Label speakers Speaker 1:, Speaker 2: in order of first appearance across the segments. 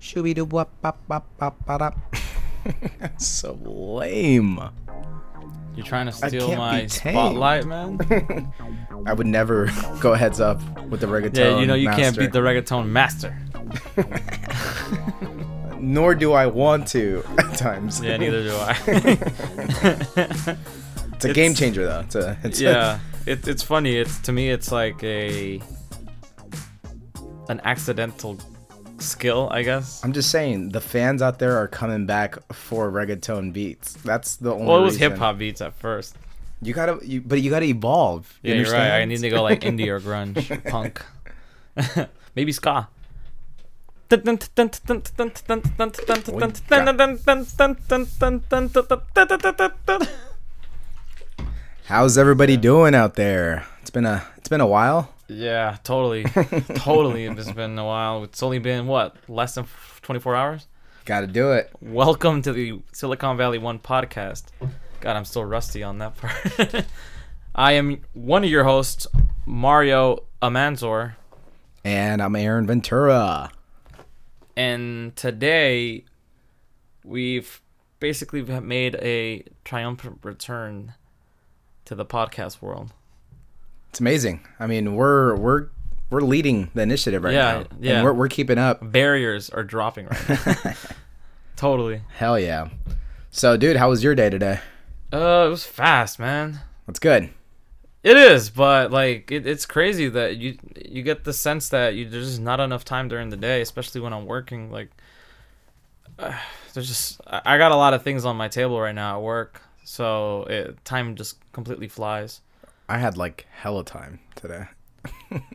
Speaker 1: Shooby doo wop bop bop bop bop. So lame.
Speaker 2: You're trying to
Speaker 1: I
Speaker 2: steal
Speaker 1: can't
Speaker 2: my
Speaker 1: be tame.
Speaker 2: spotlight, man.
Speaker 1: I would never go heads up with the reggaeton.
Speaker 2: yeah, you know you can't
Speaker 1: master.
Speaker 2: beat the reggaeton master.
Speaker 1: Nor do I want to at times.
Speaker 2: Yeah, neither do I.
Speaker 1: It's a
Speaker 2: It's-
Speaker 1: game changer though. It's a, it's a-
Speaker 2: yeah, it, it's funny. It's to me, it's like a an accidental skill, I guess.
Speaker 1: I'm just saying the fans out there are coming back for reggaeton beats. That's the only.
Speaker 2: Well, it was
Speaker 1: reason.
Speaker 2: hip hop beats at first.
Speaker 1: You gotta, you, but you gotta evolve. You
Speaker 2: Yeah, you're right. I
Speaker 1: understand?
Speaker 2: need to go like indie or grunge, punk, maybe ska.
Speaker 1: How's everybody doing out there? It's been a, it's been a while.
Speaker 2: Yeah, totally, totally. It's been a while. It's only been what less than 24 hours.
Speaker 1: Gotta do it.
Speaker 2: Welcome to the Silicon Valley One podcast. God, I'm still rusty on that part. I am one of your hosts, Mario Amanzor,
Speaker 1: And I'm Aaron Ventura.
Speaker 2: and today we've basically made a triumphant return to the podcast world.
Speaker 1: It's amazing. I mean, we're we're we're leading the initiative right
Speaker 2: Yeah,
Speaker 1: now.
Speaker 2: yeah.
Speaker 1: And we're we're keeping up.
Speaker 2: Barriers are dropping right now. totally.
Speaker 1: Hell yeah. So, dude, how was your day today?
Speaker 2: Uh, it was fast, man.
Speaker 1: That's good.
Speaker 2: It is, but like it, it's crazy that you you get the sense that you, there's just not enough time during the day, especially when I'm working. Like, uh, there's just I, I got a lot of things on my table right now at work, so it, time just completely flies.
Speaker 1: I had like hella time today.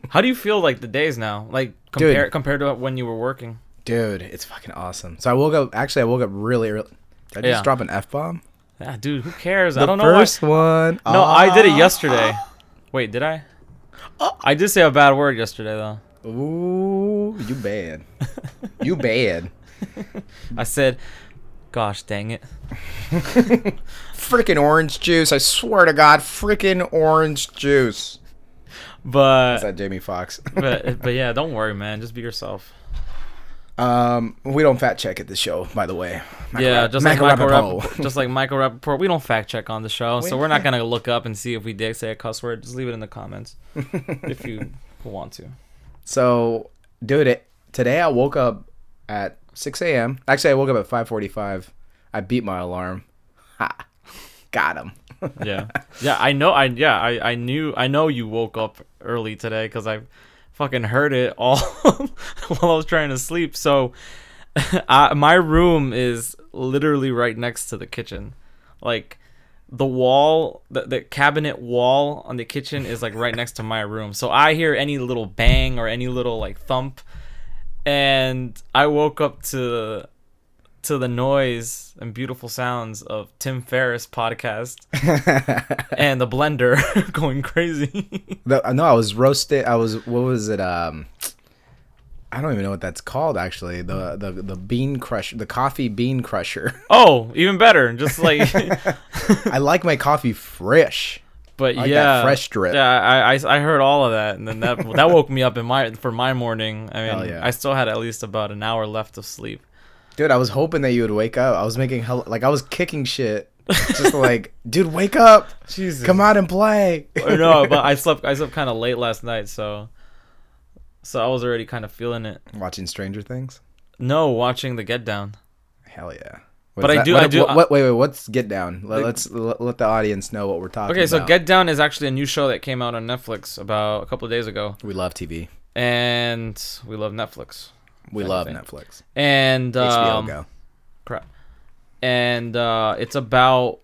Speaker 2: How do you feel like the days now, like compare
Speaker 1: Dude.
Speaker 2: compared to when you were working?
Speaker 1: Dude, it's fucking awesome. So I woke up. Actually, I woke up really early. Did I just
Speaker 2: Yeah.
Speaker 1: drop an f bomb?
Speaker 2: Yeah, Ah, dude, who cares?
Speaker 1: The
Speaker 2: I don't know. why-
Speaker 1: first Ah. one.
Speaker 2: No, I did it yesterday. Wait, did I?
Speaker 1: Ah.
Speaker 2: I did say a bad word yesterday though.
Speaker 1: Ooh, you bad. you bad.
Speaker 2: I said, "Gosh, dang it."
Speaker 1: Freaking orange juice. I swear to God, freaking orange juice.
Speaker 2: But
Speaker 1: Is that Jamie Foxx?
Speaker 2: but but yeah, don't worry, man. Just be yourself.
Speaker 1: um, we don't fat check at the show, by the way.
Speaker 2: yeah,
Speaker 1: Macarap-
Speaker 2: just like Michael
Speaker 1: Macarapapole.
Speaker 2: Rappaport, just like Michael Rappaport. We don't fact check on the show, so we're not gonna look up and see if we did say a cuss word. Just leave it in the comments if you want to.
Speaker 1: So, dude, it, today I woke up at 6 a.m. Actually, I woke up at 5:45. I beat my alarm. Ha! Got him.
Speaker 2: Yeah, yeah. I know. I yeah. I I knew. I know you woke up early today because I fucking heard it all while I was trying to sleep. So, I, my room is literally right next to the kitchen, like. The wall, the, the cabinet wall on the kitchen is like right next to my room. So I hear any little bang or any little like thump, and I woke up to to the noise and beautiful sounds of Tim Ferriss podcast and the blender going crazy.
Speaker 1: The- no, I was roasted. I was what was it? Um, I don't even know what that's called. Actually, the the the bean crusher, the coffee bean crusher.
Speaker 2: oh, even better. Just like,
Speaker 1: I like my coffee fresh.
Speaker 2: but
Speaker 1: Like that
Speaker 2: yeah,
Speaker 1: fresh drip.
Speaker 2: Yeah, I, I I heard all of that, and then that that woke me up in my for my morning. I
Speaker 1: Hell
Speaker 2: mean,
Speaker 1: yeah.
Speaker 2: I still had at least about an hour left of sleep.
Speaker 1: Dude, I was hoping that you would wake up. I was making hell like I was kicking shit. Just like, dude, wake up.
Speaker 2: Jesus.
Speaker 1: Come out and play.
Speaker 2: Or no, but I slept I slept kind of late last night, so so I was already kind of feeling it.
Speaker 1: Watching Stranger Things.
Speaker 2: No, watching the Get Down.
Speaker 1: Hell yeah.
Speaker 2: But
Speaker 1: is
Speaker 2: I
Speaker 1: that-
Speaker 2: do-
Speaker 1: What,
Speaker 2: I do-
Speaker 1: What, what- wait, wait. What's Get Down? Let, us let, let the audience know what we're talking.
Speaker 2: Okay, so
Speaker 1: about.
Speaker 2: Get Down is actually a new show that came out on Netflix about a couple of days ago.
Speaker 1: We love TV.
Speaker 2: and we love Netflix.
Speaker 1: We
Speaker 2: Kind of
Speaker 1: love
Speaker 2: thing.
Speaker 1: Netflix.
Speaker 2: And
Speaker 1: HBO
Speaker 2: um,
Speaker 1: Go.
Speaker 2: crap. And uh, it's about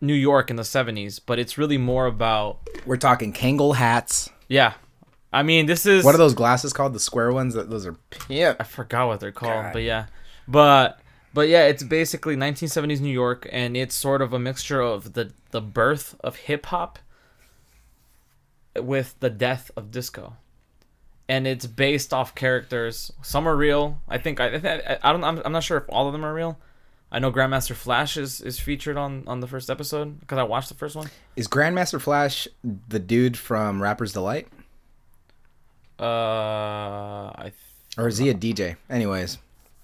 Speaker 2: New York in the '70s, but it's really more about
Speaker 1: We're talking Kangol hats.
Speaker 2: yeah. I mean, this is
Speaker 1: What are those glasses called? The square ones. That those are. Yeah.
Speaker 2: I forgot what they're called,
Speaker 1: God.
Speaker 2: but yeah, but but yeah, it's basically 1970s New York, and it's sort of a mixture of the the birth of hip hop with the death of disco, and it's based off characters. Some are real. I think I I, think- I don't I'm, I'm not sure if all of them are real. I know Grandmaster Flash is, is featured on, on the first episode because I watched the first one.
Speaker 1: Is Grandmaster Flash the dude from Rapper's Delight,
Speaker 2: Uh, I th- Uh,
Speaker 1: or is he a DJ? Anyways,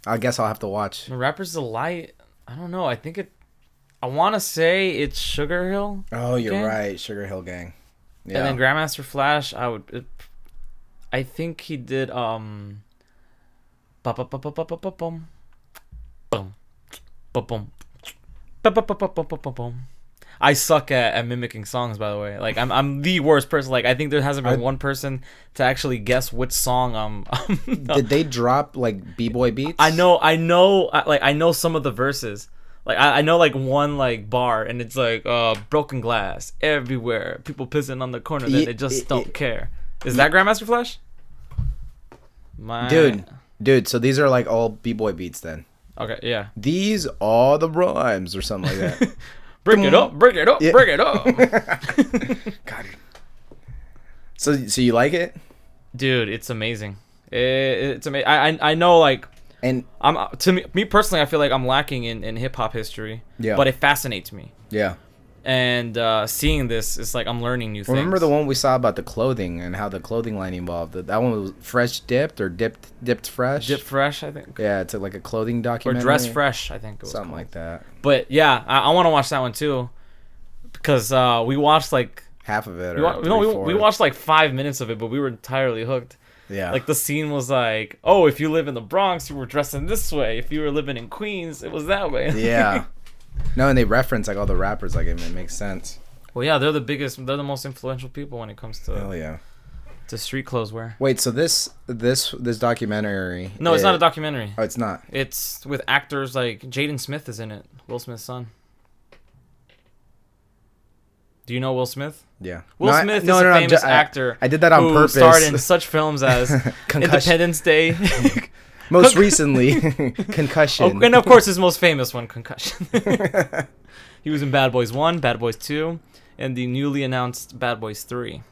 Speaker 1: I guess I'll have to watch.
Speaker 2: The Rapper's Delight. I don't know. I think it. I want to say it's Sugar Hill,
Speaker 1: Oh, you're
Speaker 2: Gang?
Speaker 1: right, Sugar Hill Gang. Yeah.
Speaker 2: and then Grandmaster Flash. I would. It, I think he did. Um. ba ba ba ba ba ba ba bum. Bum. Ba bum. Ba ba ba ba ba ba ba bum. I suck at, at mimicking songs, by the way. Like I'm, I'm the worst person. Like I think there hasn't been
Speaker 1: I-
Speaker 2: one person to actually guess which song I'm. I'm
Speaker 1: Did they drop like b boy beats?
Speaker 2: I know, I know, I- like I know some of the verses. Like I, I know like one like bar, and it's like uh broken glass everywhere, people pissing on the corner that
Speaker 1: Ye-
Speaker 2: they
Speaker 1: it-
Speaker 2: just don't
Speaker 1: it-
Speaker 2: care. Is that Grandmaster Flash? My
Speaker 1: dude. Dude, so these are like all b boy beats then.
Speaker 2: Okay, yeah.
Speaker 1: These are the rhymes or something like that.
Speaker 2: Bring it up, bring it up,
Speaker 1: Yeah.
Speaker 2: bring it up,
Speaker 1: God. So so you like it?
Speaker 2: dude. It's amazing. It, it's amazing. I, I I know like
Speaker 1: And
Speaker 2: I'm uh, to me, me personally, I feel like I'm lacking in in hip hop history.
Speaker 1: Yeah.
Speaker 2: But it fascinates me,
Speaker 1: yeah.
Speaker 2: and uh seeing this, it's like I'm learning new things.
Speaker 1: Remember the one we saw about the clothing and how the clothing line evolved? That that one was fresh dipped or dipped dipped fresh.
Speaker 2: Dip Fresh, I think.
Speaker 1: yeah, it's like a clothing
Speaker 2: or
Speaker 1: documentary.
Speaker 2: dress fresh i think it was
Speaker 1: Something
Speaker 2: called.
Speaker 1: like that.
Speaker 2: but yeah i, I want to watch that one too because uh we watched like
Speaker 1: Half of it. Or
Speaker 2: we, wa- no,
Speaker 1: three-fourths.
Speaker 2: we, we watched like five minutes of it but we were entirely hooked
Speaker 1: Yeah.
Speaker 2: like the scene was like oh if you live in the bronx you were dressing this way if you were living in queens it was that way
Speaker 1: yeah. No, and they reference like all the rappers. Like it, it makes sense.
Speaker 2: well yeah they're the biggest they're the most influential people when it comes to
Speaker 1: Hell yeah.
Speaker 2: to street clothes wear
Speaker 1: Wait, so this this this documentary?
Speaker 2: no it's not a
Speaker 1: doc.
Speaker 2: documentary
Speaker 1: Oh, it's not.
Speaker 2: it's with actors like jaden smith is in it will smith's son do you know will smith
Speaker 1: Yeah.
Speaker 2: Will
Speaker 1: No, I-
Speaker 2: Smith
Speaker 1: no,
Speaker 2: is
Speaker 1: no, no,
Speaker 2: a
Speaker 1: I'm
Speaker 2: famous
Speaker 1: ju- I-
Speaker 2: actor.
Speaker 1: I did that on
Speaker 2: who
Speaker 1: purpose.
Speaker 2: Starred in such films as
Speaker 1: Concussion.
Speaker 2: Independence Day,
Speaker 1: Most recently, concussion.
Speaker 2: oh, and of course his most famous one, Concussion. he was in Bad Boys One, Bad Boys Two, and the newly announced Bad Boys Three.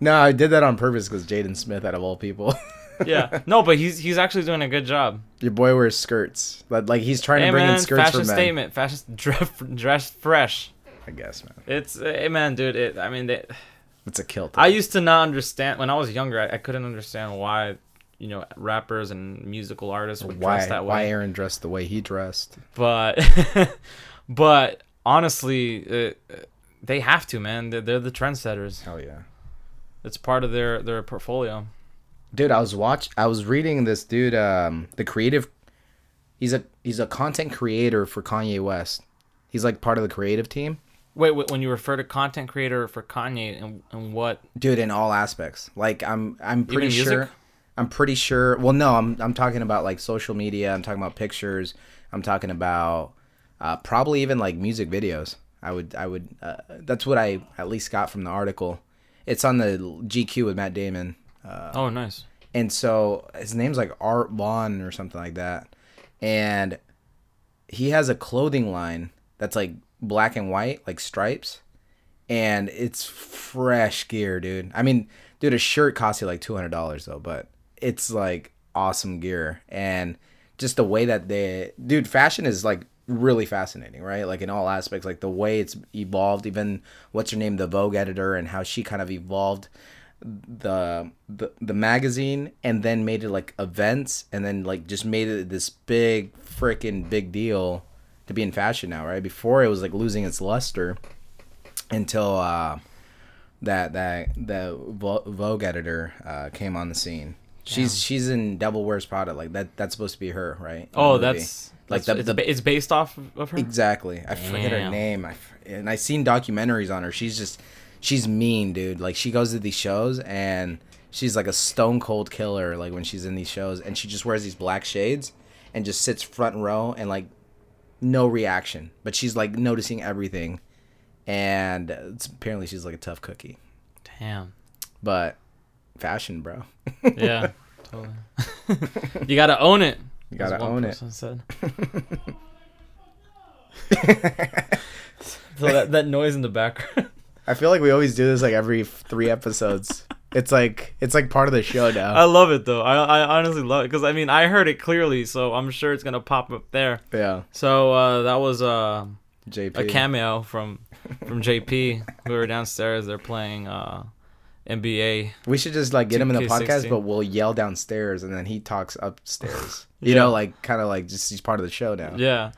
Speaker 1: no, I did that on purpose because Jaden Smith, out of all people,
Speaker 2: Yeah, no, but he's he's actually doing a good job.
Speaker 1: your boy wears skirts. Like, like he's trying
Speaker 2: Hey
Speaker 1: to bring
Speaker 2: man,
Speaker 1: in skirts for
Speaker 2: fashion
Speaker 1: men.
Speaker 2: statement, fashion dress, dress fresh.
Speaker 1: I guess, man.
Speaker 2: It's hey man, dude. It, I mean, they,
Speaker 1: It's a kilt.
Speaker 2: I used to not understand when I was younger. I, I couldn't understand why, you know, rappers and musical artists would
Speaker 1: why
Speaker 2: dress that way.
Speaker 1: why Aaron dressed the way he dressed.
Speaker 2: but but honestly uh, they have to man they're, they're the trendsetters
Speaker 1: Hell yeah.
Speaker 2: it's part of their their portfolio
Speaker 1: dude i was watch i was reading this dude um the creative he's a he's a content creator for kanye west he's like part of the creative team
Speaker 2: wait, wait when you refer to content creator for kanye and, and what
Speaker 1: dude in all aspects like i'm i'm pretty
Speaker 2: music?
Speaker 1: sure i'm pretty sure well no i'm i'm talking about like social media i'm talking about pictures i'm talking about uh probably even like music videos i would i would uh, that's what i at least got from the article it's on the gq with matt damon
Speaker 2: oh nice
Speaker 1: and so his name's like Art Vaughn or something like that, and he has a clothing line that's like black and white, like stripes, and it's fresh gear, dude. I mean, dude, a shirt costs you like two hundred dollars though, but it's like awesome gear, and just the way that they, dude, fashion is like really fascinating, right? Like in all aspects, like the way it's evolved. Even what's her name, the Vogue editor, and how she kind of evolved the, the the magazine and then made it like events and then like just made it this big freaking big deal to be in fashion now right before it was like losing its luster until uh that that the Vo- vogue editor uh came on the scene she's she's in devil wears prada like that that's supposed to be her right in the
Speaker 2: oh
Speaker 1: movie.
Speaker 2: that's
Speaker 1: like
Speaker 2: like
Speaker 1: the-
Speaker 2: it's,
Speaker 1: the-
Speaker 2: ba- it's based off of her
Speaker 1: Exactly. I forget her
Speaker 2: Damn.
Speaker 1: name. I, f- and I seen documentaries on her. She's just she's mean, dude. Like she goes to these shows and she's like a stone cold killer like when she's in these shows and she just wears these black shades and just sits front row and like no reaction, but she's like noticing everything. And uh, it's, apparently she's like a tough cookie.
Speaker 2: damn
Speaker 1: But fashion, bro.
Speaker 2: yeah totally you gotta own it
Speaker 1: You gotta
Speaker 2: as one
Speaker 1: own it.
Speaker 2: person said. so that, that noise in the background
Speaker 1: I feel like we always do this like every 3 episodes. it's like it's like part of the show now.
Speaker 2: I love it though. I, I honestly love it because I mean I heard it clearly, so I'm sure it's gonna pop up there.
Speaker 1: yeah.
Speaker 2: So uh, that was uh,
Speaker 1: JP.
Speaker 2: a cameo from from JP. we were downstairs. They're playing uh, NBA.
Speaker 1: We should just like get him in the podcast,
Speaker 2: 2K16.
Speaker 1: but we'll yell downstairs and then he talks upstairs. You
Speaker 2: Yeah.
Speaker 1: know, like kind of like just he's part of the show now.
Speaker 2: Yeah,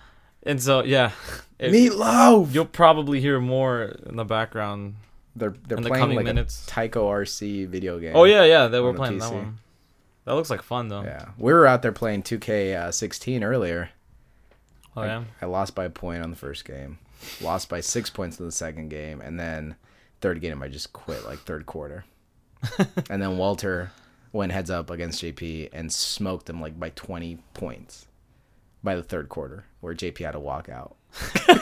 Speaker 2: and so yeah, it-
Speaker 1: Meatloaf.
Speaker 2: you'll probably hear more in the background.
Speaker 1: They're they're
Speaker 2: in the
Speaker 1: playing
Speaker 2: coming
Speaker 1: like
Speaker 2: minutes.
Speaker 1: a Tyco RC video game.
Speaker 2: Oh yeah, yeah, that we're
Speaker 1: On the
Speaker 2: playing that
Speaker 1: PC.
Speaker 2: one. That looks like fun though.
Speaker 1: Yeah, we were out there playing 2K16 earlier.
Speaker 2: Oh yeah.
Speaker 1: I lost by a point on the first game, lost by six points in the second game, and then third game I just quit like third quarter. and then Walter went heads up against JP and smoked them like by 20 points by the third quarter, where JP had to walk out.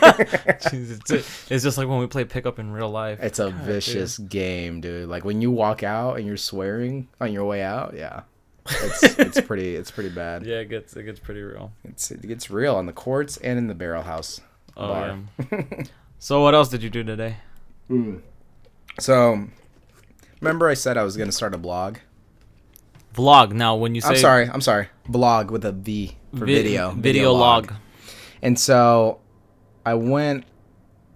Speaker 2: Jeez, it's, it's just like when we play pickup in real life.
Speaker 1: It's a vicious game, dude. Like when you walk out and you're swearing on your way out, yeah, it's it's pretty it's pretty bad.
Speaker 2: yeah, it gets it gets pretty real.
Speaker 1: It's it gets real on the courts and in the barrel house.
Speaker 2: Oh
Speaker 1: Bar.
Speaker 2: yeah. so what else did you do today?
Speaker 1: So, remember I said I was gonna start a blog.
Speaker 2: Vlog. Now when you say
Speaker 1: I'm sorry. I'm sorry. Blog with a V for
Speaker 2: vi-
Speaker 1: video.
Speaker 2: video log.
Speaker 1: And so I went.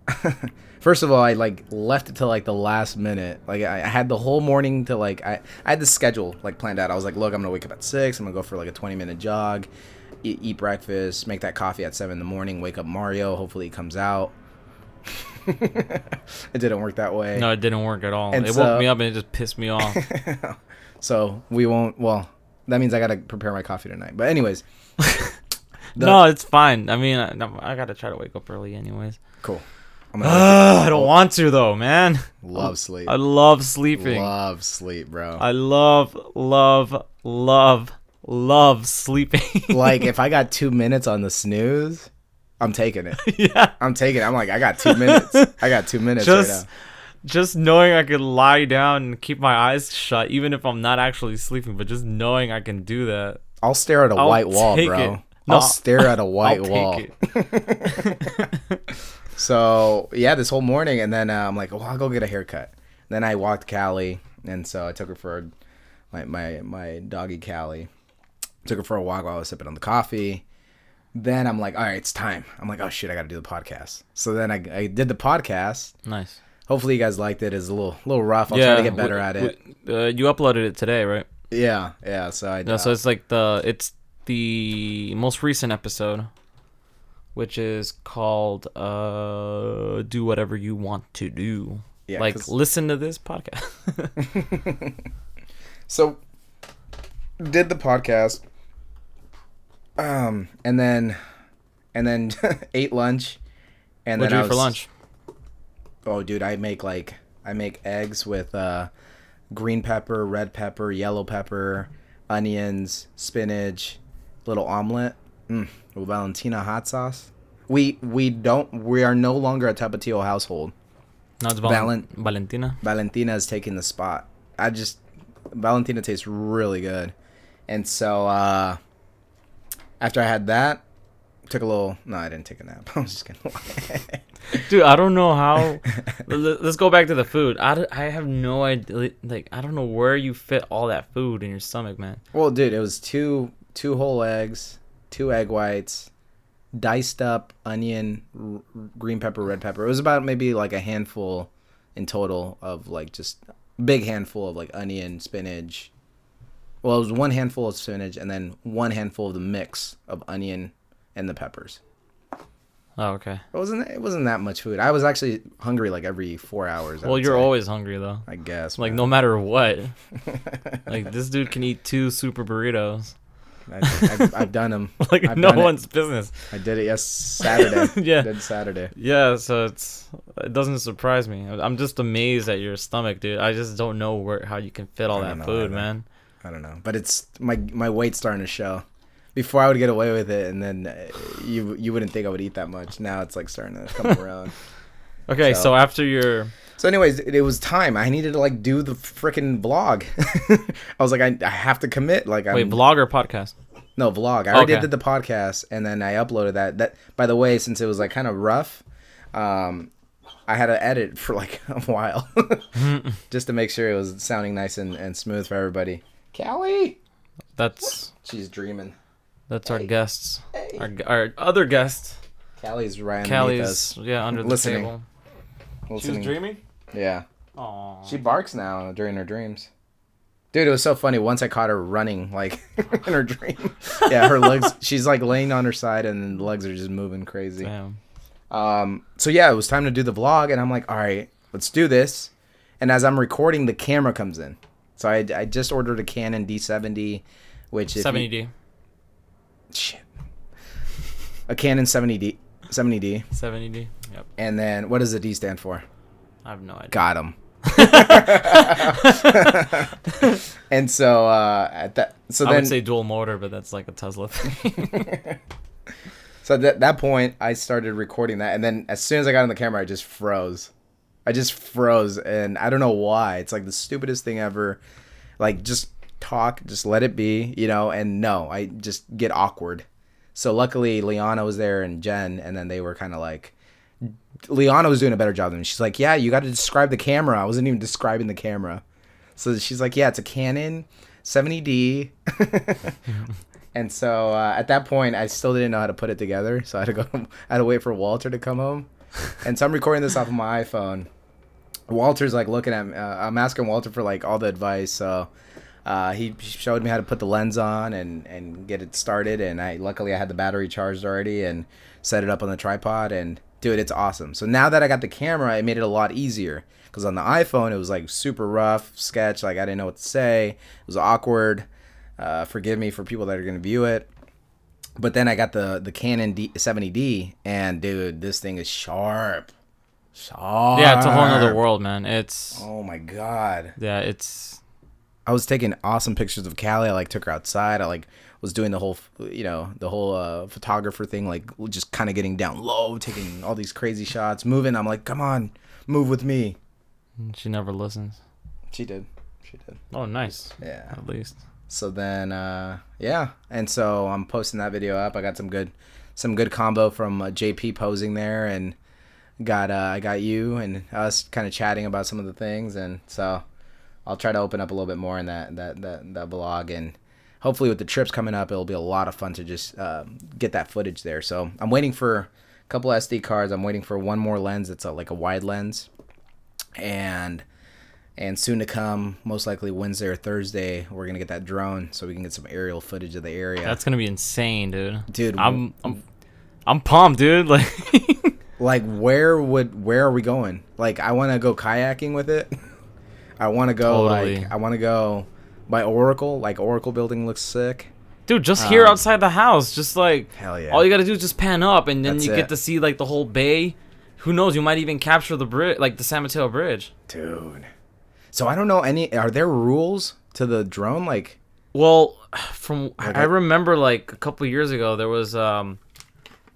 Speaker 1: First of all, I like left it to like the last minute. Like I I had the whole morning to like I I had the schedule like planned out. I was like, look, I'm gonna wake up at six. I'm gonna go for like a 20 minute jog, eat, eat breakfast, make that coffee at seven in the morning. Wake up Mario. Hopefully he comes out. it didn't work that way.
Speaker 2: No, it didn't work at all.
Speaker 1: And
Speaker 2: it
Speaker 1: so-
Speaker 2: woke me up and it just pissed me off.
Speaker 1: So we won't. Well, that means I gotta prepare my coffee tonight. But anyways,
Speaker 2: no, it's fine. I mean, I, no, I gotta try to wake up early anyways.
Speaker 1: cool. I'm
Speaker 2: Ugh, I don't want to though, man.
Speaker 1: love sleep.
Speaker 2: I love sleeping.
Speaker 1: Love sleep, bro.
Speaker 2: I love, love, love, love sleeping.
Speaker 1: like if I got two minutes on the snooze, I'm taking it.
Speaker 2: yeah,
Speaker 1: I'm taking it. I'm like, I got two minutes. I got two minutes
Speaker 2: just,
Speaker 1: right now.
Speaker 2: just knowing I could lie down and keep my eyes shut, even if I'm not actually sleeping, but just knowing I can do that.
Speaker 1: I'll stare at a
Speaker 2: I'll
Speaker 1: white wall,
Speaker 2: take
Speaker 1: bro.
Speaker 2: it. No,
Speaker 1: I'll stare at a white
Speaker 2: I'll take
Speaker 1: wall.
Speaker 2: it.
Speaker 1: So yeah, this whole morning, and then uh, I'm like, well, I'll go get a haircut. Then I walked Callie, and so I took her for a, my my my doggy Callie. Took her for a walk while I was sipping on the coffee. Then I'm like, all right, it's time. I'm like, oh shit, I got to do the podcast. So then I, I did the podcast.
Speaker 2: Nice.
Speaker 1: Hopefully you guys liked it. It's a little little rough. I'll try to get better
Speaker 2: we-
Speaker 1: at it.
Speaker 2: we- uh, you uploaded it today, right?
Speaker 1: yeah, yeah. So I
Speaker 2: Yeah, so it's like the it's the most recent episode, which is called uh "Do Whatever You Want to Do."
Speaker 1: Yeah,
Speaker 2: like
Speaker 1: 'cause-
Speaker 2: listen to this podcast.
Speaker 1: so did the podcast um and then and then ate lunch and
Speaker 2: What'd
Speaker 1: then
Speaker 2: you
Speaker 1: I
Speaker 2: eat for
Speaker 1: was-
Speaker 2: lunch?
Speaker 1: oh dude i make like i make eggs with uh green pepper red pepper yellow pepper onions spinach little omelet mm, with valentina hot sauce we we don't we are no longer a tapatio household
Speaker 2: No, it's Val-
Speaker 1: Valen-
Speaker 2: Valentina.
Speaker 1: Valentina is taking the spot. I just Valentina tastes really good. And so uh after I had that, took a little no, I didn't take a nap. I was just gonna lie.
Speaker 2: Dude, I don't know how. L- l- Let's go back to the food. I, d- I have no idea. Like I don't know where you fit all that food in your stomach, man.
Speaker 1: well dude, it was two two whole eggs, two egg whites, diced up onion, r- r- green pepper, red pepper. It was about maybe like a handful in total of like just big handful of like onion, spinach. Well, it was one handful of spinach and then one handful of the mix of onion and the peppers.
Speaker 2: Oh, okay.
Speaker 1: It wasn't it wasn't that much food. I was actually hungry like every 4 hours. I
Speaker 2: Well,
Speaker 1: would
Speaker 2: you're
Speaker 1: say.
Speaker 2: always hungry though.
Speaker 1: I guess.
Speaker 2: Like
Speaker 1: man.
Speaker 2: no matter what. like this dude can eat two super burritos.
Speaker 1: I, have I've done them.
Speaker 2: Like
Speaker 1: I've
Speaker 2: no
Speaker 1: done it.
Speaker 2: one's business.
Speaker 1: I did it yes Saturday.
Speaker 2: Yeah.
Speaker 1: Did Saturday.
Speaker 2: Yeah, so it's it doesn't surprise me. I'm just amazed at your stomach, dude. I just don't know where how you can fit all
Speaker 1: I don't
Speaker 2: that
Speaker 1: know
Speaker 2: food,
Speaker 1: either.
Speaker 2: man.
Speaker 1: I don't know, but it's my my weight's starting to show. Before I would get away with it, and then uh, you you wouldn't think I would eat that much. Now it's like starting to come around.
Speaker 2: Okay, so,
Speaker 1: So-
Speaker 2: after your
Speaker 1: So, anyways, it, it was time. I needed to like do the freaking vlog. I was like, I, I have to commit. Like, I'm,
Speaker 2: wait, vlog or podcast?
Speaker 1: no vlog. I already
Speaker 2: Okay.
Speaker 1: did the podcast, and then I uploaded that. That by the way, since it was like kind of rough, um, I had to edit for like a while just to make sure it was sounding nice and, and smooth for everybody. Callie,
Speaker 2: That's
Speaker 1: she's dreaming.
Speaker 2: that's our guests. Our gu- our other guest,
Speaker 1: Callie's right underneath us.
Speaker 2: Callie's yeah, under the
Speaker 1: Listening.
Speaker 2: table.
Speaker 1: Listening.
Speaker 2: dreaming?
Speaker 1: Yeah.
Speaker 2: Aw.
Speaker 1: She barks now during her dreams. Dude, it was so funny. Once I caught her running, like in her dream. Yeah, her legs. She's like laying on her side, and the legs are just moving crazy.
Speaker 2: Damn.
Speaker 1: Um, so yeah, it was time to do the vlog, and I'm like, all right, let's do this. And as I'm recording, the camera comes in. So I, I just ordered a Canon D70, which is
Speaker 2: 70D.
Speaker 1: shit, a Canon 70D, 70D.
Speaker 2: 70D. E Yep.
Speaker 1: And then what does the D stand for?
Speaker 2: I have no idea.
Speaker 1: Got him. and so uh, at that, so
Speaker 2: I
Speaker 1: then
Speaker 2: would say dual motor, but that's like a Tesla thing.
Speaker 1: So at that- that point, I started recording that, and then as soon as I got on the camera, I just froze. I just froze, and I don't know why. It's like the stupidest thing ever. Like just talk, just let it be, you know. And no, I just get awkward. So luckily, Liana was there and Jen, and then they were kind of like, Liana was doing a better job than me. She's like, yeah, you got to describe the camera. I wasn't even describing the camera. So she's like, yeah, it's a Canon 70D. And so uh, at that point, I still didn't know how to put it together. So I had to go. I had to wait for Walter to come home. And so I'm recording this off of my iPhone. Walter's like looking at. me- Uh, I'm asking Walter for like all the advice. So uh, he showed me how to put the lens on and and get it started. And I luckily I had the battery charged already and set it up on the tripod. And dude, it's awesome. So now that I got the camera, it made it a lot easier. Because on the iPhone, it was like super rough sketch. Like I didn't know what to say. It was awkward. Uh, forgive me for people that are going to view it. But then I got the the Canon D- 70D, and dude, this thing is sharp. Sharp.
Speaker 2: yeah, it's a whole other world, man. It's
Speaker 1: Oh my god.
Speaker 2: yeah, it's
Speaker 1: I was taking awesome pictures of Callie. I like took her outside. I like was doing the whole, you know, the whole uh, photographer thing, like just kind of getting down low, taking all these crazy shots, moving. I'm like, come on, move with me.
Speaker 2: she never listens.
Speaker 1: She did. She did.
Speaker 2: Oh, nice.
Speaker 1: Yeah.
Speaker 2: At least.
Speaker 1: So then, uh, yeah, and so I'm posting that video up. I got some good, some good combo from uh, JP posing there, and got uh, I got you and us kind of chatting about some of the things, and so I'll try to open up a little bit more in that that that, that vlog, and hopefully with the trips coming up, it'll be a lot of fun to just uh, get that footage there. So I'm waiting for a couple SD cards. I'm waiting for one more lens. that's a, like a wide lens, and and soon to come, most likely Wednesday or Thursday, we're gonna get that drone so we can get some aerial footage of the area.
Speaker 2: That's gonna be insane, dude.
Speaker 1: Dude,
Speaker 2: I'm I'm I'm pumped, dude. Like
Speaker 1: like, where would where are we going? Like, I want to go kayaking with it. I want to go
Speaker 2: Totally.
Speaker 1: like I want to go by Oracle. Like Oracle building looks sick.
Speaker 2: Dude, just here
Speaker 1: Um,
Speaker 2: outside the house, just like
Speaker 1: Hell yeah.
Speaker 2: all you gotta do is just pan up, and then
Speaker 1: That's
Speaker 2: you
Speaker 1: it.
Speaker 2: get to see like the whole bay. Who knows? You might even capture the bridge, like the San Mateo Bridge.
Speaker 1: Dude. So I don't know any. Are there rules to the drone? Like,
Speaker 2: Well, from I-
Speaker 1: Like
Speaker 2: I
Speaker 1: I-
Speaker 2: remember like a couple years ago there was um,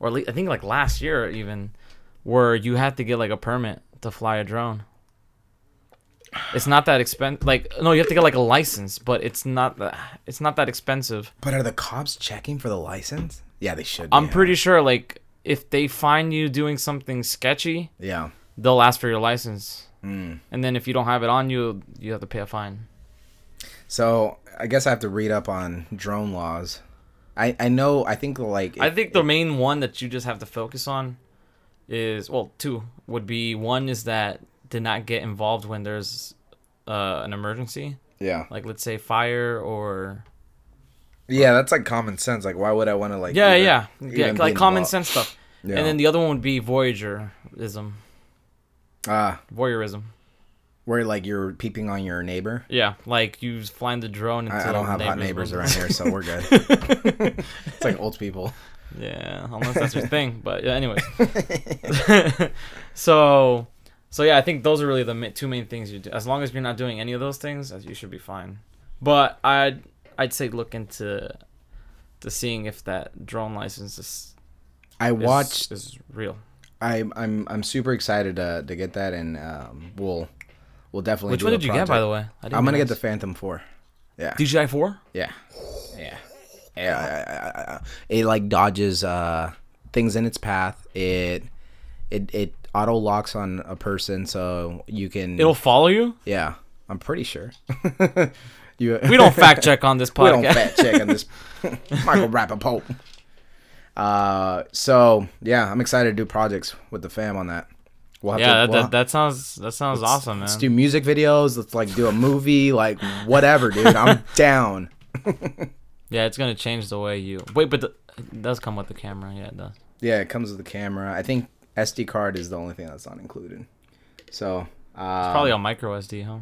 Speaker 2: or at least, I think like last year even, where you had to get like a permit to fly a drone. It's not that expensive. Like no, you have to get like a license, but it's not that it's not that expensive.
Speaker 1: but are the cops checking for the license? Yeah, they should. be,
Speaker 2: I'm
Speaker 1: huh?
Speaker 2: pretty sure like if they find you doing something sketchy,
Speaker 1: Yeah.
Speaker 2: they'll ask for your license.
Speaker 1: Hmm.
Speaker 2: And then if you don't have it on you, you have to pay a fine.
Speaker 1: So I guess I have to read up on drone laws. I I know. I think like
Speaker 2: I think the main one that you just have to focus on is well, two would be one is that to not get involved when there's uh, an emergency,
Speaker 1: yeah
Speaker 2: like let's say fire or
Speaker 1: yeah that's like common sense. Like, why would I want to like
Speaker 2: yeah,
Speaker 1: even-
Speaker 2: yeah,
Speaker 1: even
Speaker 2: yeah,
Speaker 1: be
Speaker 2: like common
Speaker 1: involved?
Speaker 2: sense stuff.
Speaker 1: Yeah.
Speaker 2: And then the other one would be voyagerism,
Speaker 1: Ah,
Speaker 2: voyeurism.
Speaker 1: where like you're peeping on your neighbor.
Speaker 2: Yeah, like you flying the drone. Into
Speaker 1: I, I don't have hot neighbors
Speaker 2: window.
Speaker 1: around here, so we're good. it's like old people.
Speaker 2: Yeah, unless that's your thing. But yeah, anyways. so, so yeah, I think those are really the ma- two main things you do. As long as you're not doing any of those things, as you should be fine. But I'd I'd say look into to seeing if that drone license is
Speaker 1: I
Speaker 2: is,
Speaker 1: watched.
Speaker 2: is real.
Speaker 1: I'm I'm I'm super excited to to get that, and um, we'll we'll definitely.
Speaker 2: Which
Speaker 1: do
Speaker 2: one
Speaker 1: a
Speaker 2: did you get, by
Speaker 1: project.
Speaker 2: the way? I didn't
Speaker 1: I'm gonna get the
Speaker 2: realize.
Speaker 1: Phantom Four. Yeah.
Speaker 2: DJI four.
Speaker 1: Yeah. Yeah. Yeah. It like dodges uh, things in its path. It it it auto locks on a person, so you can.
Speaker 2: It'll follow you.
Speaker 1: yeah, I'm pretty sure. you.
Speaker 2: We don't fact check on this
Speaker 1: we don't
Speaker 2: podcast.
Speaker 1: fat check on this Michael Rappaport. Uh, so yeah, I'm excited to do projects with the fam on that. We'll have
Speaker 2: yeah,
Speaker 1: to,
Speaker 2: that,
Speaker 1: we'll-
Speaker 2: that, that sounds that sounds awesome, man.
Speaker 1: Let's do music videos. Let's like do a movie. like whatever, dude. I'm down.
Speaker 2: Yeah, it's gonna change the way you wait, but the... it does come with the camera. Yeah, it does.
Speaker 1: Yeah, it comes with the camera. I think SD card is the only thing that's not included. So uh,
Speaker 2: Probably on micro SD, huh?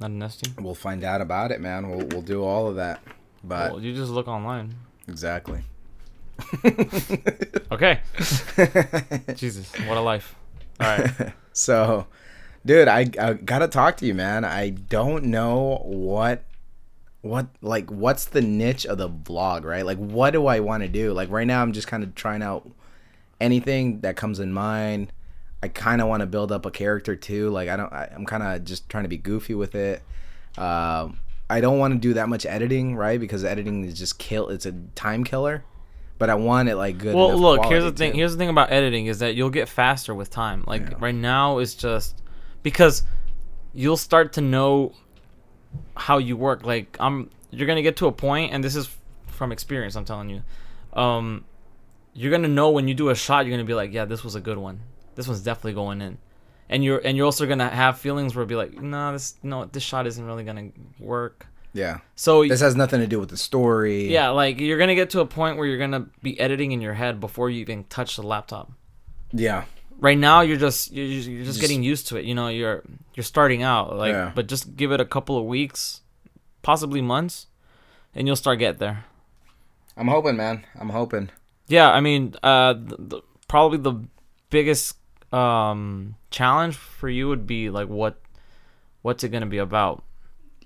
Speaker 2: Not an SD.
Speaker 1: we'll find out about it, man. We'll we'll do all of that. But
Speaker 2: Well, you just look online.
Speaker 1: exactly.
Speaker 2: Okay. Jesus, what a life. All right.
Speaker 1: So, dude, I, I gotta talk to you, man. I don't know what, what like what's the niche of the vlog, right? Like, what do I want to do? Like right now, I'm just kind of trying out anything that comes in mind. I kind of want to build up a character too. Like I don't, I, I'm kind of just trying to be goofy with it. Um, I don't want to do that much editing, right? Because editing is just kill. It's a time killer. But I want it like good.
Speaker 2: Well,
Speaker 1: enough
Speaker 2: look, here's
Speaker 1: quality,
Speaker 2: the thing.
Speaker 1: too.
Speaker 2: Here's the thing about editing is that you'll get faster with time. Like right now it's just because you'll start to know how you work. Like I'm you're going to get to a point and this is from experience, I'm telling you. Um you're going to know when you do a shot, you're going to be like, yeah, this was a good one. This one's definitely going in. And you're and you're also going to have feelings where it'll be like, no, this no, this shot isn't really going to work.
Speaker 1: yeah.
Speaker 2: So
Speaker 1: This has nothing to do with the story.
Speaker 2: yeah, like you're gonna get to a point where you're gonna be editing in your head before you even touch the laptop.
Speaker 1: Yeah.
Speaker 2: Right now, you're just you're, just- you're just getting used to it. You know, you're you're starting out, like,
Speaker 1: Yeah.
Speaker 2: but just give it a couple of weeks, possibly months, and you'll start get there.
Speaker 1: I'm hoping, man. I'm hoping.
Speaker 2: Yeah, I mean, uh, th the, probably the biggest um challenge for you would be like what what's it gonna be about?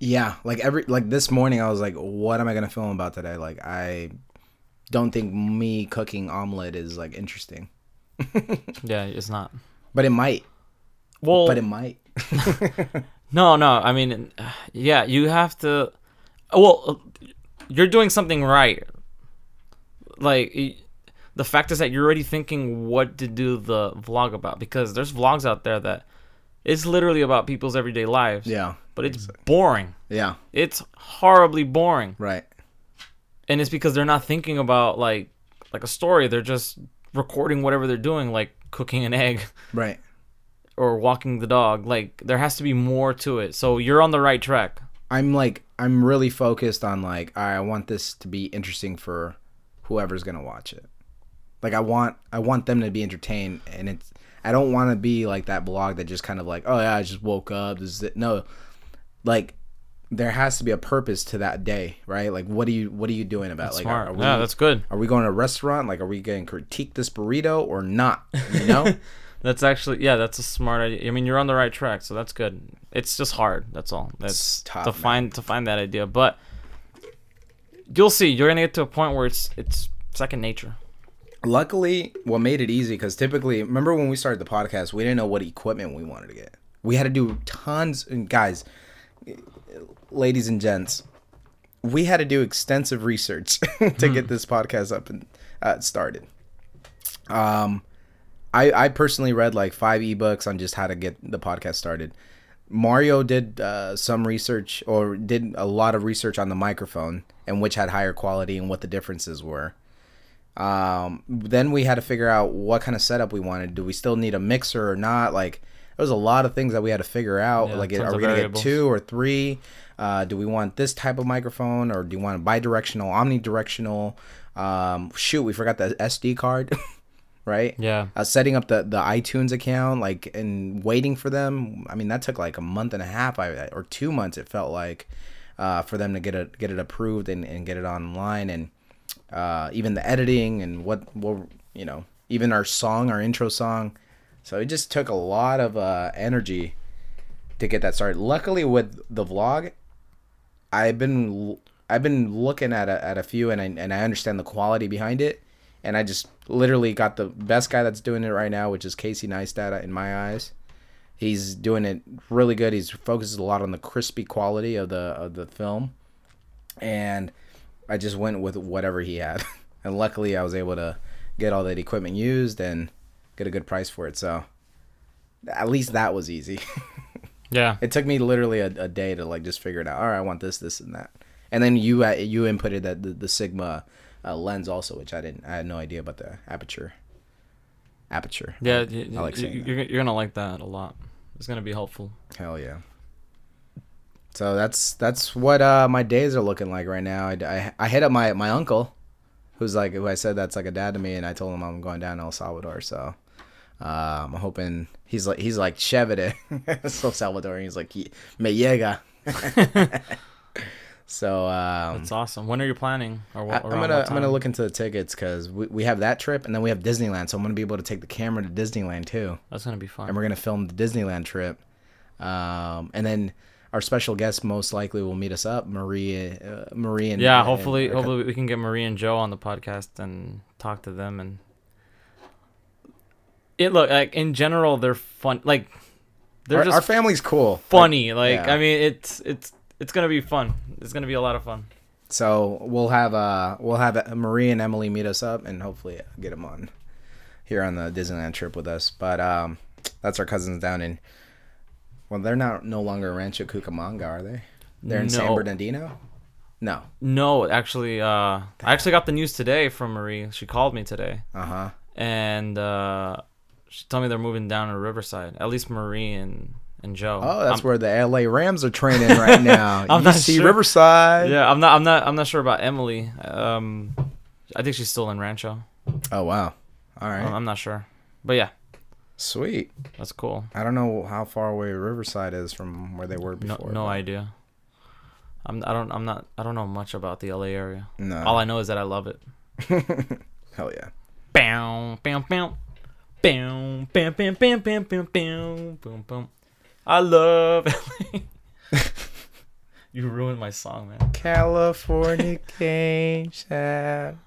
Speaker 1: Yeah, like every like this morning I was like, what am I gonna film about today? Like I don't think me cooking omelet is like interesting,
Speaker 2: Yeah, it's not.
Speaker 1: but it might.
Speaker 2: Well,
Speaker 1: But it might.
Speaker 2: No, no. I mean, yeah, you have to. Well, you're doing something right. Like y- the fact is that you're already thinking what to do the vlog about because there's vlogs out there that it's literally about people's everyday lives.
Speaker 1: Yeah.
Speaker 2: But it's boring.
Speaker 1: Yeah.
Speaker 2: It's horribly boring,
Speaker 1: Right.
Speaker 2: and it's because they're not thinking about like like a story. They're just recording whatever they're doing, like cooking an egg
Speaker 1: Right.
Speaker 2: or walking the dog. Like there has to be more to it. So you're on the right track.
Speaker 1: I'm like I'm really focused on like all right, I want this to be interesting for whoever's gonna watch it. Like I want I want them to be entertained and it's I don't want to be like that blog that just kind of like oh yeah I just woke up this is it. no like there has to be a purpose to that day right like what are you what are you doing about like
Speaker 2: Smart.
Speaker 1: Are, are we
Speaker 2: yeah, that's good.
Speaker 1: are we going to a restaurant like are we going to critique this burrito or not you know
Speaker 2: That's actually yeah, that's a smart idea. I mean, you're on the right track, so that's good. It's just hard. That's all. That's
Speaker 1: It's tough,
Speaker 2: to
Speaker 1: man.
Speaker 2: find to find that idea, but you'll see. You're gonna get to a point where it's it's second nature.
Speaker 1: Luckily, what made it easy because typically, remember when we started the podcast, we didn't know what equipment we wanted to get. We had to do tons, and guys, ladies and gents, we had to do extensive research to get this podcast up and uh, started. Um, I I personally read like five ebooks on just how to get the podcast started. Mario did uh, some research or did a lot of research on the microphone and which had higher quality and what the differences were. Um, then we had to figure out what kind of setup we wanted. Do we still need a mixer or not? Like, there was a lot of things that we had to figure out.
Speaker 2: Yeah,
Speaker 1: like,
Speaker 2: tons
Speaker 1: are
Speaker 2: of
Speaker 1: we gonna
Speaker 2: variables.
Speaker 1: get two or three? Uh, do we want this type of microphone or do you want a bidirectional, omnidirectional? Um, shoot, we forgot the SD card, right?
Speaker 2: Yeah.
Speaker 1: uh, setting up the the iTunes account, like and waiting for them. I mean, that took like a month and a half, I or two months. It felt like uh, for them to get it get it approved and, and get it online, and uh, even the editing and what what you know, even our song, our intro song. So it just took a lot of uh, energy to get that started. Luckily, with the vlog, I've been I've been looking at a, at a few and I, and I understand the quality behind it, and I just literally got the best guy that's doing it right now, which is Casey Neistat in my eyes. He's doing it really good. He's focuses a lot on the crispy quality of the of the film, and I just went with whatever he had, and luckily I was able to get all that equipment used and get a good price for it. So at least that was easy.
Speaker 2: Yeah.
Speaker 1: It took me literally a, a day to like just figure it out. All right, I want this, this, and that. And then you uh, you inputted that the, the Sigma uh, lens also, which I didn't. I had no idea about the aperture. aperture.
Speaker 2: Yeah,
Speaker 1: Like,
Speaker 2: y-
Speaker 1: I like
Speaker 2: y-
Speaker 1: saying
Speaker 2: you're, you're gonna like that a lot. It's gonna be helpful.
Speaker 1: that. Hell yeah. So that's that's what uh, my days are looking like right now. I, I, I hit up my, my uncle, who's like who I said that's like a dad to me, and I told him I'm going down to El Salvador. So um, I'm hoping he's like he's like chévere, so Salvadorian. He's like "Ye- me llega. so um,
Speaker 2: It's awesome. When are you planning? Or
Speaker 1: I,
Speaker 2: what,
Speaker 1: I'm gonna
Speaker 2: around what
Speaker 1: I'm gonna
Speaker 2: time?
Speaker 1: look into the tickets because we, we have that trip and then we have Disneyland, so I'm gonna be able to take the camera to Disneyland too,
Speaker 2: That's gonna be fun.
Speaker 1: and we're gonna film the Disneyland trip, um, and then our special guest most likely will meet us up, Marie, uh, Marie, and
Speaker 2: yeah,
Speaker 1: and-
Speaker 2: hopefully,
Speaker 1: or-
Speaker 2: hopefully we can get Marie and Joe on the podcast and talk to them. And it look like in general they're fun. Like they're
Speaker 1: our,
Speaker 2: just
Speaker 1: our family's cool,
Speaker 2: funny. Like,
Speaker 1: yeah.
Speaker 2: I mean, it's it's it's gonna be fun. It's gonna be a lot of fun.
Speaker 1: So we'll have uh we'll have uh, Marie and Emily meet us up and hopefully get them on here on the Disneyland trip with us. But um, that's our cousins down in. Well, they're not no longer Rancho Cucamonga, are they? They're in San
Speaker 2: No. Mm.
Speaker 1: Bernardino. No.
Speaker 2: No, actually, uh, I actually got the news today from Marie. She called me today,
Speaker 1: Uh huh.
Speaker 2: and uh, she told me they're moving down to Riverside. At least Marie and and Joe.
Speaker 1: Oh, that's where the LA Rams are training right now.
Speaker 2: I'm
Speaker 1: UC
Speaker 2: not sure.
Speaker 1: Riverside.
Speaker 2: Yeah, I'm not. I'm not. I'm not sure about Emily. Um, I think she's still in Rancho.
Speaker 1: Oh wow. All right.
Speaker 2: I'm I'm not sure, but yeah,
Speaker 1: Sweet.
Speaker 2: that's cool.
Speaker 1: I don't know how far away Riverside is from where they were
Speaker 2: No,
Speaker 1: before.
Speaker 2: no
Speaker 1: but-
Speaker 2: idea. I'm. I don't. I'm not. I don't know much about the LA area.
Speaker 1: No.
Speaker 2: All I know is that I love it.
Speaker 1: Hell yeah.
Speaker 2: Bow, bow, bow. Bow, bow, bow, bow, bow, bow, bow, bow, bow. I love LA. you ruined my song, man.
Speaker 1: Californication.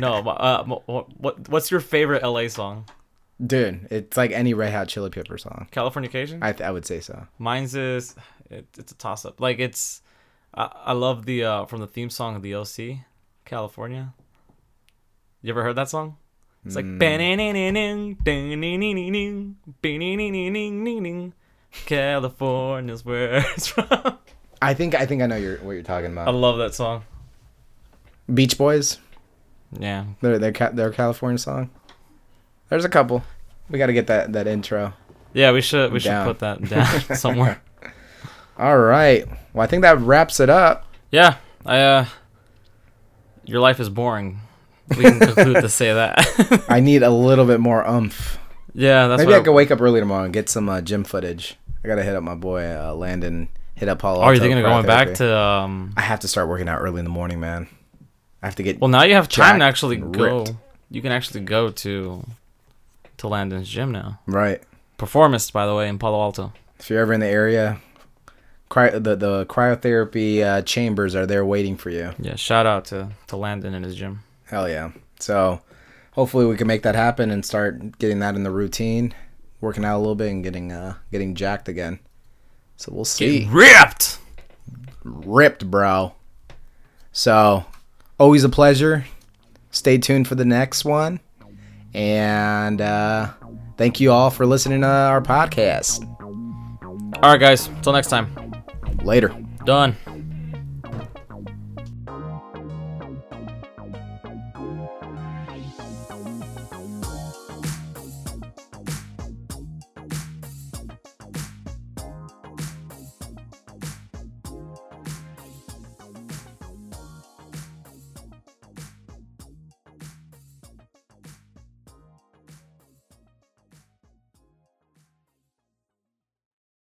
Speaker 2: No, but, uh, what, what what's your favorite LA song?
Speaker 1: Dude, it's like any Red Hot Chili Pepper song.
Speaker 2: Californication?
Speaker 1: I th- I would say so.
Speaker 2: Mine's is it, it's a toss up. Like it's I, I love the uh from the theme song of the OC, California. You ever heard that song? It's like "Ba-na-na-na-na, da-na-na-na-na, ba-na-na-na-na-na-na, California's where it's from.
Speaker 1: I think I think I know your, what you're talking
Speaker 2: I
Speaker 1: about.
Speaker 2: love that song.
Speaker 1: Beach Boys,
Speaker 2: Yeah.
Speaker 1: their their ca- their California song. There's a couple. We got to get that that intro.
Speaker 2: Yeah, we should we should
Speaker 1: Down.
Speaker 2: put that down somewhere.
Speaker 1: All right. Well, I think that wraps it up.
Speaker 2: Yeah. I uh your life is boring. We can conclude to say that.
Speaker 1: I need a little bit more umph.
Speaker 2: yeah, that's
Speaker 1: Maybe
Speaker 2: what
Speaker 1: I could wake up early tomorrow and get some uh, gym footage. I gotta hit up my boy uh, Landon. Hit up Paulo.
Speaker 2: Oh, are you
Speaker 1: Alto
Speaker 2: thinking of
Speaker 1: for
Speaker 2: going back
Speaker 1: therapy.
Speaker 2: to um
Speaker 1: I have to start working out early in the morning, man. I have to get.
Speaker 2: Well, now you have time to
Speaker 1: Jacked
Speaker 2: actually
Speaker 1: and
Speaker 2: go.
Speaker 1: ripped.
Speaker 2: You can actually go to to Landon's gym now.
Speaker 1: right.
Speaker 2: Performance, by the way, in Palo Alto.
Speaker 1: If you're ever in the area, cry- the the cryotherapy uh, chambers are there waiting for you.
Speaker 2: Yeah, shout out to to Landon and his gym.
Speaker 1: Hell yeah. So hopefully we can make that happen and start getting that in the routine, working out a little bit and getting uh getting jacked again. So we'll see.
Speaker 2: ripped.
Speaker 1: Ripped, bro. So always a pleasure. Stay tuned for the next one. And uh thank you all for listening to our podcast.
Speaker 2: All right, guys. Till next time.
Speaker 1: Later.
Speaker 2: Done.